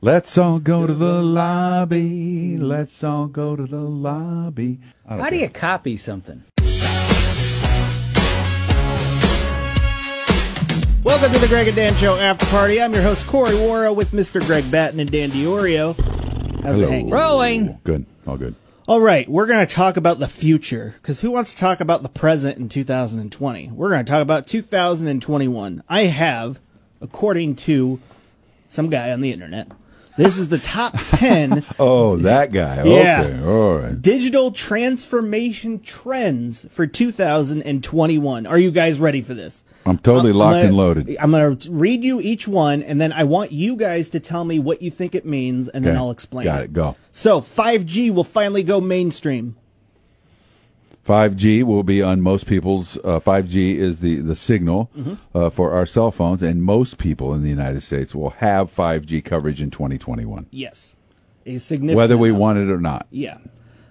Let's all go to the lobby. Let's all go to the lobby. I don't How do you copy something? Welcome to the Greg and Dan Show After Party. I'm your host, Corey Warrow, with Mr. Greg Batten and Dan DiOrio. How's Hello. it hanging? Rolling. Good. All good. All right, we're going to talk about the future because who wants to talk about the present in 2020? We're going to talk about 2021. I have, according to some guy on the internet, this is the top 10 Oh, that guy. Yeah. Okay. All right. digital transformation trends for 2021. Are you guys ready for this? I'm totally I'm locked gonna- and loaded. I'm going to read you each one, and then I want you guys to tell me what you think it means, and then Okay. I'll explain. Got it. Go. So, 5G will finally go mainstream. 5G will be on most people's. Uh, 5G is the the signal uh, for our cell phones, and most people in the United States will have 5G coverage in 2021, Yes, a significant. whether we want it or not. yeah.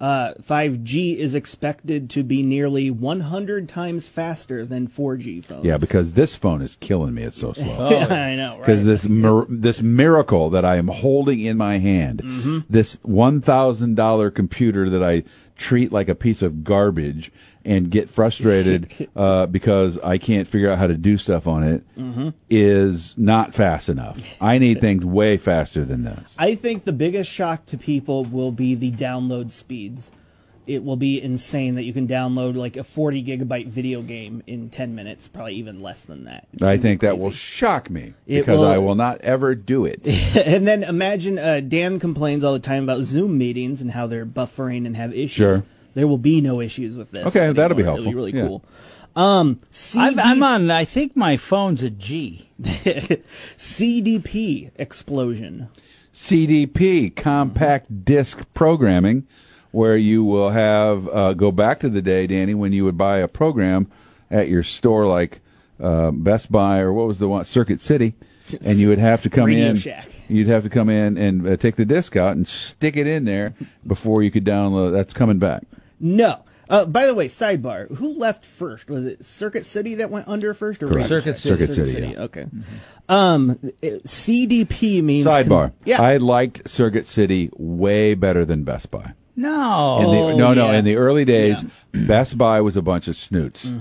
Uh, 5G is expected to be nearly 100 times faster than 4G phones. Yeah, because this phone is killing me. It's so slow. Oh, I know, because right? this mir- this miracle that I am holding in my hand, Mm-hmm. this one thousand dollar computer that I treat like a piece of garbage and get frustrated uh, because I can't figure out how to do stuff on it, is Mm-hmm. not fast enough. I need things way faster than this. I think the biggest shock to people will be the download speeds. It will be insane that you can download like a 40 gigabyte video game in 10 minutes, probably even less than that. It's I gonna be think that crazy. will shock me It because will- I will not ever do it. and then imagine uh, Dan complains all the time about Zoom meetings and how they're buffering and have issues. Sure. There will be no issues with this. Okay, that'll be anymore. helpful. It'll be really Yeah. cool. Um, CD- I've, I'm on. I think my phone's a G. CDP explosion. CDP, compact disc programming, where you will have uh, go back to the day, Danny, when you would buy a program at your store like uh, Best Buy or what was the one Circuit City, and you would have to come Radio in. Shack. You'd have to come in and uh, take the disc out and stick it in there before you could download. That's coming back. No. Uh, by the way, sidebar. Who left first? Was it Circuit City that went under first, or Correct. Radio Circuit Shack? City. Circuit City, yeah. Okay. Um, it- CDP means con- Sidebar. yeah. I liked Circuit City way better than Best Buy. No. In the, no, no. Oh, yeah. Mm-hmm. In the early days, Best Buy was a bunch of snoots.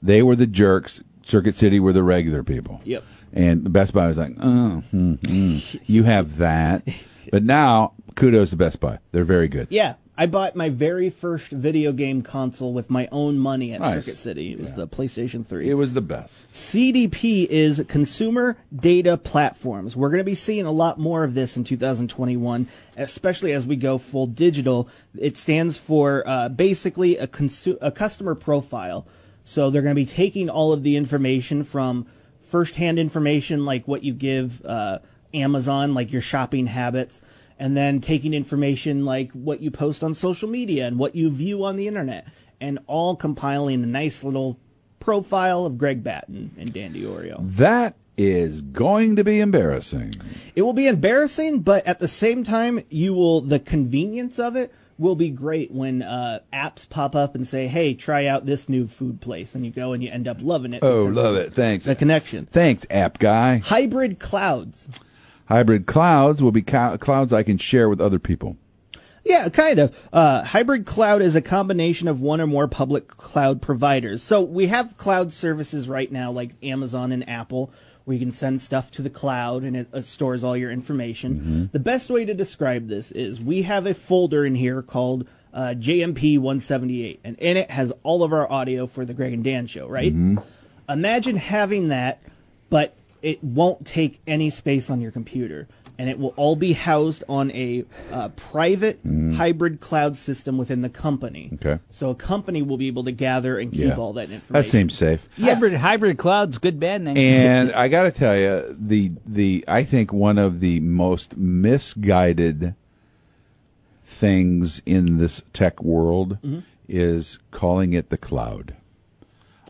They were the jerks. Circuit City were the regular people. Yep. And Best Buy was like, oh, mm, mm, you have that. But now, kudos to Best Buy. They're very good. yeah. I bought my very first video game console with my own money at Nice. Circuit City. It was the PlayStation 3. It was the best. CDP is consumer data platforms. We're going to be seeing a lot more of this in 2021, especially as we go full digital. It stands for uh, basically a, consu- a customer profile. So they're going to be taking all of the information from firsthand information, like what you give uh, Amazon, like your shopping habits, and then taking information like what you post on social media and what you view on the internet, and all compiling a nice little profile of Greg Batten and Dan DiOrio. That is going to be embarrassing. It will be embarrassing, but at the same time, you will the convenience of it will be great when uh, apps pop up and say, "Hey, try out this new food place," and you go and you end up loving it. Oh, because love of it. Thanks. The connection. Thanks, app guy. Hybrid clouds. Hybrid clouds will be cou- clouds I can share with other people. Yeah, kind of. Uh, hybrid cloud is a combination of one or more public cloud providers. So we have cloud services right now, like Amazon and Apple, where you can send stuff to the cloud and it, it stores all your information. The best way to describe this is we have a folder in here called uh, JMP 178, and in it has all of our audio for the Greg and Dan show, right? Imagine having that, but it won't take any space on your computer, and it will all be housed on a uh, private hybrid cloud system within the company. Mm. Okay. So a company will be able to gather and keep all that information. That seems safe. Yeah. Hybrid hybrid clouds, good bad name. And I got to tell you, the the I think one of the most misguided things in this tech world is calling it the cloud.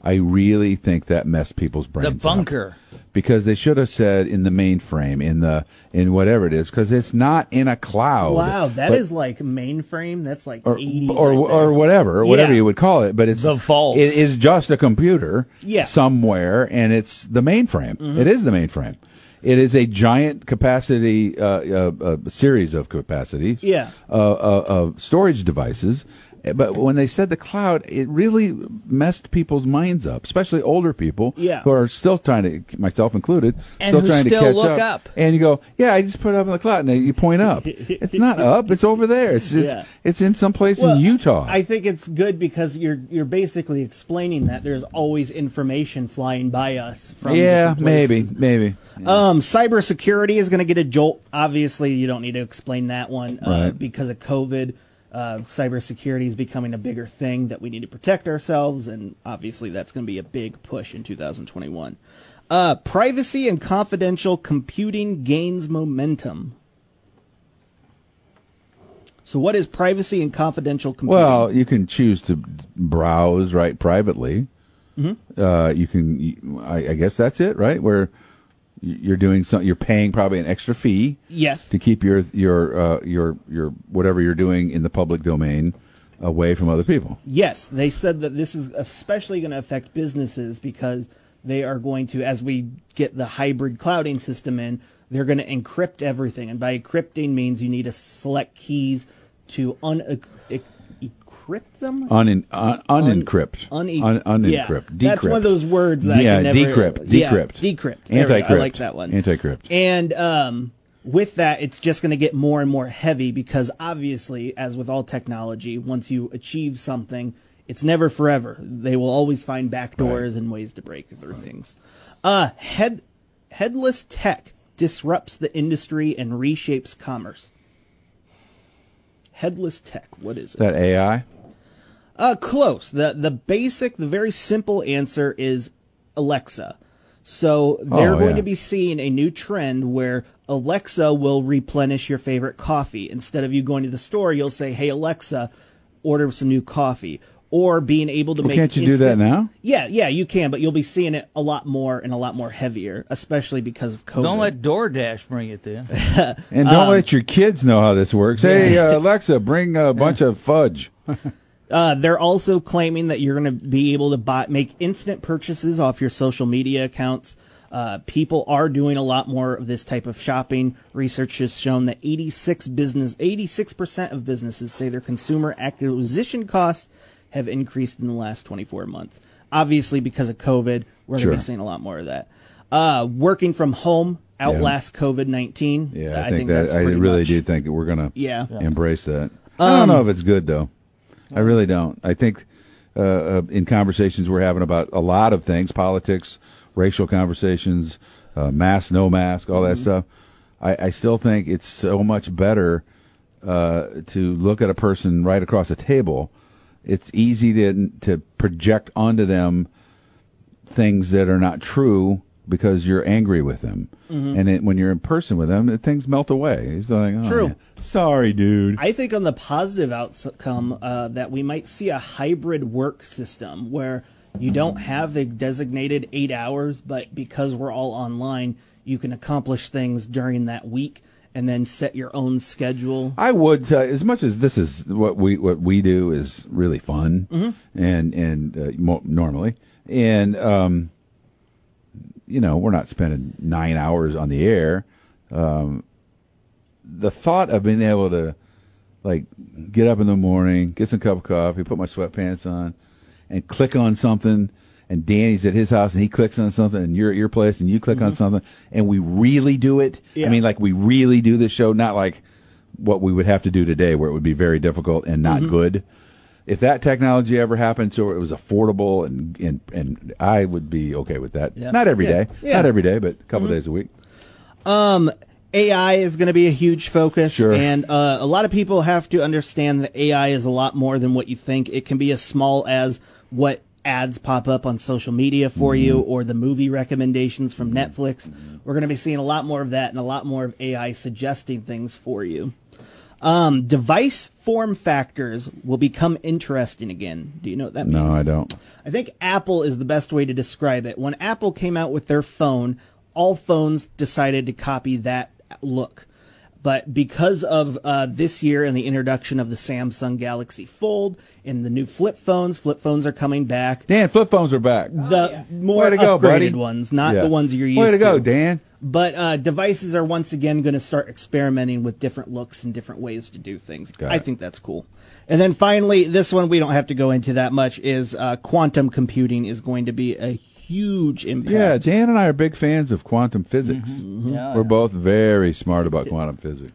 I really think that messed people's brains. the up. bunker. because they should have said in the mainframe, in the in whatever it is, because it's not in a cloud. Wow, that is But- like mainframe. That's like or 80s. or, right or there. whatever, or whatever Yeah. you would call it. But it's The vault. It is just a computer Yeah. Mm-hmm. somewhere, and it's the mainframe. It is the mainframe, It is a giant capacity, uh, uh, uh, series of capacities. Yeah. Uh, uh, of storage devices. eh, But when they said the cloud, it really messed people's minds up, especially older people Yeah. who are still trying to, myself included, And still who trying still to catch look up. And you go, yeah, I just put it up in the cloud, and then you point up. it's not up; it's over there. It's it's, Yeah. it's in some place Well, in Utah. I think it's good because you're you're basically explaining that there's always information flying by us from yeah, different places. maybe, maybe. Um, cybersecurity is going to get a jolt. Obviously, you don't need to explain that one uh, Right. because of COVID. Uh, cybersecurity is becoming a bigger thing that we need to protect ourselves, and obviously, that's going to be a big push in 2021. Uh, privacy and confidential computing gains momentum. So, what is privacy and confidential computing? Well, you can choose to browse right privately. Mm-hmm. Uh, you can, I, I guess that's it, right? Where you're doing some, you're paying probably an extra fee yes. to keep your your uh, your your whatever you're doing in the public domain away from other people. Yes, they said that this is especially going to affect businesses because they are going to, as we get the hybrid clouding system in, they're going to encrypt everything. And by encrypting means you need to select keys to un- e- encrypt them? Un, un, unencrypt. Un- un, unencrypt. yeah. That's Decrypt. one of those words that yeah, I can never... decrypt. Yeah, Decrypt. decrypt. There we go. Anti-crypt. I like that one. Anti-crypt. And um, with that, it's just going to get more and more heavy because obviously, as with all technology, once you achieve something, it's never forever. They will always find backdoors and ways to break through things. Uh, head, headless tech disrupts the industry and reshapes commerce. Headless tech, what is it? That AI. Uh, close. The the basic, the very simple answer is Alexa. So they're Oh, going yeah. to be seeing a new trend where Alexa will replenish your favorite coffee. Instead of you going to the store, you'll say, "Hey Alexa, order some new coffee." Or being able to make can't you do that instant- now? Yeah, yeah, you can, but you'll be seeing it a lot more and a lot more heavier, especially because of Oh, COVID. Don't let DoorDash bring it there. And Um, don't let your kids know how this works. Hey, uh, Alexa, bring a bunch of fudge. Uh, they're also claiming that you're going to be able to buy, make instant purchases off your social media accounts. Uh, people are doing a lot more of this type of shopping. Research has shown that 86 business, 86% of businesses say their consumer acquisition costs have increased in the last 24 months. Obviously, because of COVID, we're Sure. going to be seeing a lot more of that. Uh, working from home outlasts COVID 19. Yeah, I, think, that I pretty really much- do think that we're gonna Yeah. Um, Yeah. embrace that. I don't know if it's good though. I really don't. I think uh, uh, in conversations we're having about a lot of things, politics, racial conversations, uh, mask, no mask, all Mm-hmm. that stuff. I, I still think it's so much better uh, to look at a person right across a table. It's easy to to project onto them things that are not true because you're angry with them. And it, when you're in person with them, it, things melt away. It's like, oh, True. yeah. Sorry, dude. I think on the positive outcome uh, that we might see a hybrid work system where you don't have a designated eight hours, but because we're all online, you can accomplish things during that week and then set your own schedule. I would tell as much as this is what we what we do is really fun and and uh, mo- normally and um you know we're not spending 9 hours on the air um the thought of being able to like get up in the morning get some cup of coffee put my sweatpants on and click on something and Danny's at his house and he clicks on something and you're at your place and you click on something and we really do it I Yeah. mean like like we really do this show, not like what we would have to do today, where it would be very difficult and not Mm-hmm. good. If that technology ever happened, so it was affordable, and and and I would be okay with that. Yeah. Not every day, Yeah. Yeah. Mm-hmm. not every day, but a couple days a week. AI is going to be a huge focus, Sure. and uh, a lot of people have to understand that AI is a lot more than what you think. It can be as small as what ads pop up on social media for you Mm-hmm. or the movie recommendations from Netflix. We're going to be seeing a lot more of that and a lot more of AI suggesting things for you. Um, device form factors will become interesting again. Do you know what that means? No, I don't. I think Apple is the best way to describe it. When Apple came out with their phone, all phones decided to copy that look. But because of uh, this year and the introduction of the Samsung Galaxy Fold and the new flip phones, flip phones are coming back. Dan, flip phones are back. The more Oh, Way to go, upgraded buddy. ones, not the ones you're used Way to go, to. Dan. But uh, devices are once again going to start experimenting with different looks and different ways to do things. Got I it. think that's cool. And then finally, this one we don't have to go into that much is uh, quantum computing is going to be a huge impact. Yeah, Dan and I are big fans of quantum physics. Mm-hmm. Yeah, We're yeah. both very smart about quantum physics.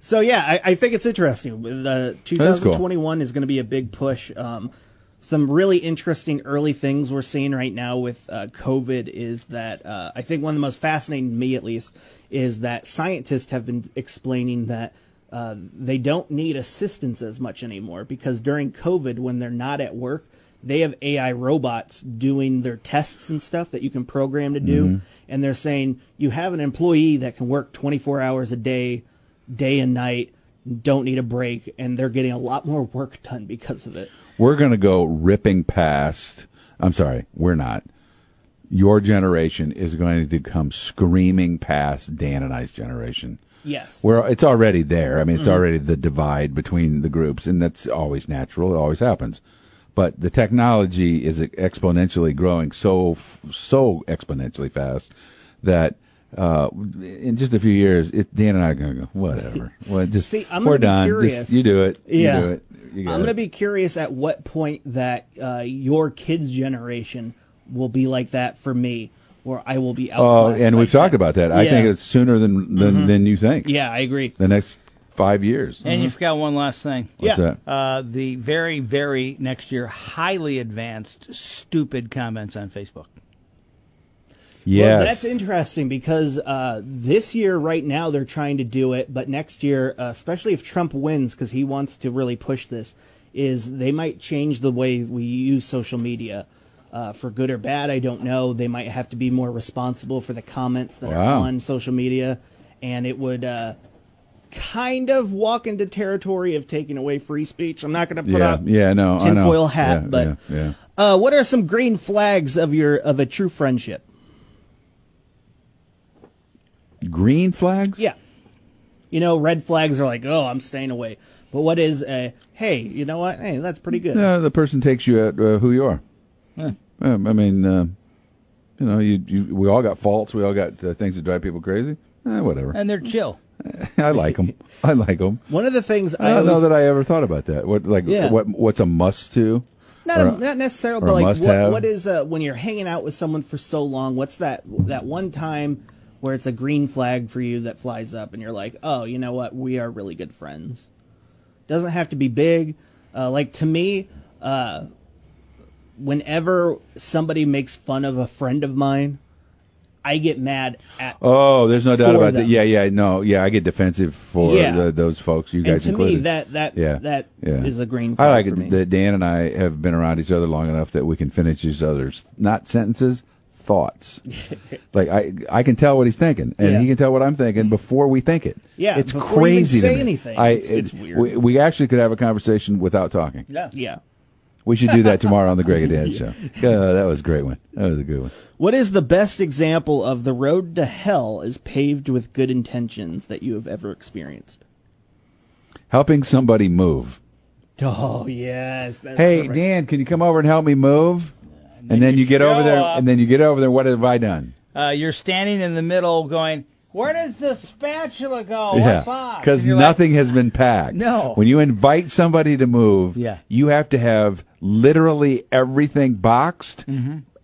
So yeah, I, I think it's interesting. The That's cool. 2021 is going to be a big push. Um, some really interesting early things we're seeing right now with uh, COVID is that uh, I think one of the most fascinating to me, at least, is that scientists have been explaining that uh, they don't need assistance as much anymore because during COVID, when they're not at work, they have AI robots doing their tests and stuff that you can program to do. And they're saying you have an employee that can work 24 hours a day day and night, don't need a break, and they're getting a lot more work done because of it. We're going to go ripping past. I'm sorry, we're not. Your generation is going to come screaming past Dan and I's generation. Yes. Mm-hmm. Where it's already there. I mean, it's already the divide between the groups, and that's always natural. It always happens. But the technology is exponentially growing so f- so exponentially fast that uh, in just a few years, it, Dan and I are going to go whatever. Well, just See, I'm we're gonna done. be Just- curious. you do it. Yeah. You do it. You got I'm it. going to be curious at what point that uh, your kids' generation will be like that for me, where I will be out. Oh, and we've talked about that. I think it's sooner than than, than you think. Mm-hmm. Yeah, I agree. The next five years. And you forgot one last thing. Yeah. What's that? Uh, the very, very next year, highly advanced, stupid comments on Facebook. Yes. Well, that's interesting because uh, this year, right now, they're trying to do it, but next year, uh, especially if Trump wins, because he wants to really push this, is they might change the way we use social media. Uh, for good or bad, I don't know. They might have to be more responsible for the comments that Wow. are on social media, and it would uh, kind of walk into territory of taking away free speech. I'm not going to put yeah. up Yeah. No. I know. tinfoil hat, Yeah, but yeah, yeah. Uh, what are some green flags of your of a true friendship? green flags. Yeah. You know, red flags are like, oh, I'm staying away. But what is a, hey, you know what? Hey, that's pretty good. Uh, the person takes you at uh, who you are. Um, I mean, uh, you know, you, you we all got faults. We all got uh, things that drive people crazy. Eh, whatever. And they're chill. I like them. I like them. One of the things I I, don't always, know that I ever thought about that. What like Yeah. what what's a must to? not, or a, a- not necessarily, or a but like, must what, have. what is uh when you're hanging out with someone for so long? What's that that one time where it's a green flag for you that flies up, and you're like, oh, you know what? We are really good friends. Doesn't have to be big. Uh, like to me, uh, whenever somebody makes fun of a friend of mine, I get mad at Oh, there's no doubt For about that. them. Yeah, yeah, no, yeah. I get defensive for Yeah. the, those folks. You and guys to included. me that that yeah, that is yeah. a green flag I like for it me. that Dan and I have been around each other long enough that we can finish each other's not sentences, thoughts. like I, I can tell what he's thinking, and Yeah. he can tell what I'm thinking before we think it. Yeah, it's before you even crazy. to say me. anything. I, It's- it's it- weird. We, we actually could have a conversation without talking. Yeah. yeah. We should do that tomorrow on the Greg and Dan show. Yeah, that was a great one. That was a good one. What is the best example of the road to hell is paved with good intentions that you have ever experienced? Helping somebody move. Oh yes. That's hey perfect. dan can you come over and help me move and, then you, get show over there up. and then you get over there what have i done Uh, you're standing in the middle going, Where does the spatula go? What box? because Oh, And you're like, nothing has been packed No. when you invite somebody to move Yeah. you have to have literally everything boxed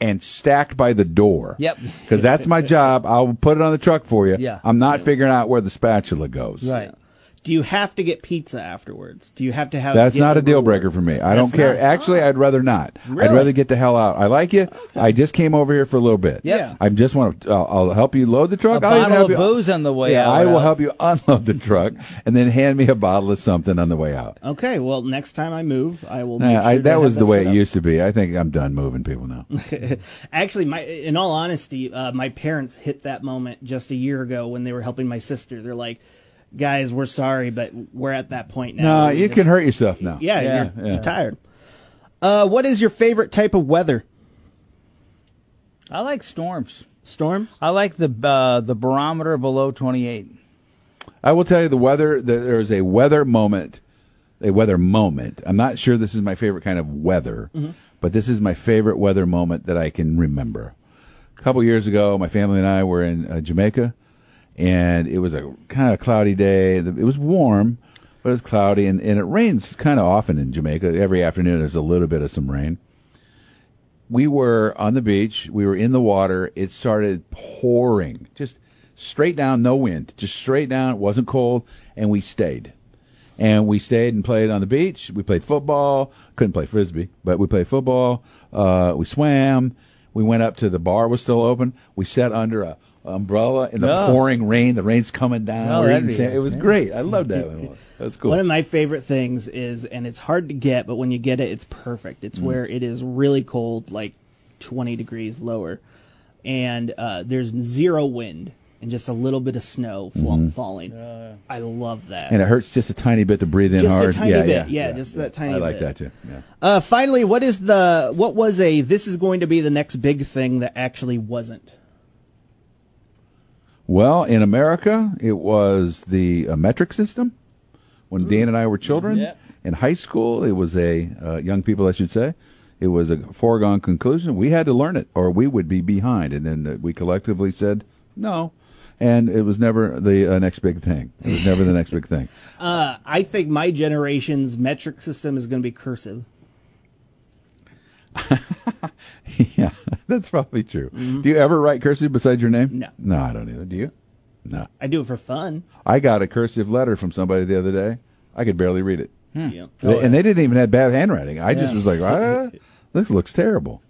and stacked by the door Mm-hmm. Yep. because that's my job i'll put it on the truck for you Yeah. i'm not figuring out where the spatula goes Right. Do you have to get pizza afterwards? Do you have to have? That's get not a deal reward? breaker for me. I don't Uh, That's care. not- Actually, I'd rather not. I'd Really? rather get the hell out. I like you. I just came over here for a little bit. Yeah. I just want to. I'll, I'll help you load the truck. A I'll even bottle help of you- booze on the way yeah, out. I will Al. help you unload the truck, and then hand me a bottle of something on the way out. Okay. Well, next time I move, I will. Nah, Make sure I, to that have was the that way set it up. used to be. I think I'm done moving people now. Actually, my in all honesty, uh, my parents hit that moment just a year ago when they were helping my sister. They're like, "Guys, we're sorry, but we're at that point now." no, We you just- can hurt yourself now. Yeah, Yeah, you're, yeah. you're tired. Uh, what is your favorite type of weather? I like storms. Storms? I like the uh, the barometer below 28. I will tell you the weather. The, there is a weather moment, a weather moment. I'm not sure this is my favorite kind of weather, but this is my favorite weather moment that I can remember. a couple years ago, my family and I were in uh, Jamaica, and it was a kind of cloudy day. It was warm, but it was cloudy, and, and it rains kind of often in Jamaica. Every afternoon, there's a little bit of some rain. We were on the beach. We were in the water. It started pouring, just straight down, no wind, just straight down. It wasn't cold, and we stayed. And we stayed and played on the beach. We played football. Couldn't play frisbee, but we played football. Uh, we swam. We went up to the bar was still open. We sat under a umbrella in the Oh. pouring rain. The rain's coming down. Oh, We're that'd eating be- sand- it was yeah. great. I loved that. one. That's cool. One of my favorite things is, and it's hard to get, but when you get it, it's perfect. Mm. It's where it is really cold, like 20 degrees lower, and uh, there's zero wind and just a little bit of snow fall, falling. I love that. Mm-hmm. and it hurts just a tiny bit to breathe in Just a hard. tiny yeah, bit. yeah, Yeah, just that tiny I like bit. that too. Yeah. uh, finally, what is the what was a this is going to be the next big thing that actually wasn't? Well, in America, it was the uh, metric system. When Dan and I were children Yep. in high school, it was a uh, young people, I should say. It was a foregone conclusion. We had to learn it, or we would be behind. And then uh, we collectively said no, and it was never the uh, next big thing. It was never the next big thing. Uh, I think my generation's metric system is going to be cursive. yeah, that's probably true. Do you ever write cursive beside your name? No. no, I don't either. Do you? No, I do it for fun. I got a cursive letter from somebody the other day. I could barely read it. Yeah. They- and they didn't even have bad handwriting. I just was like, ah, this looks terrible.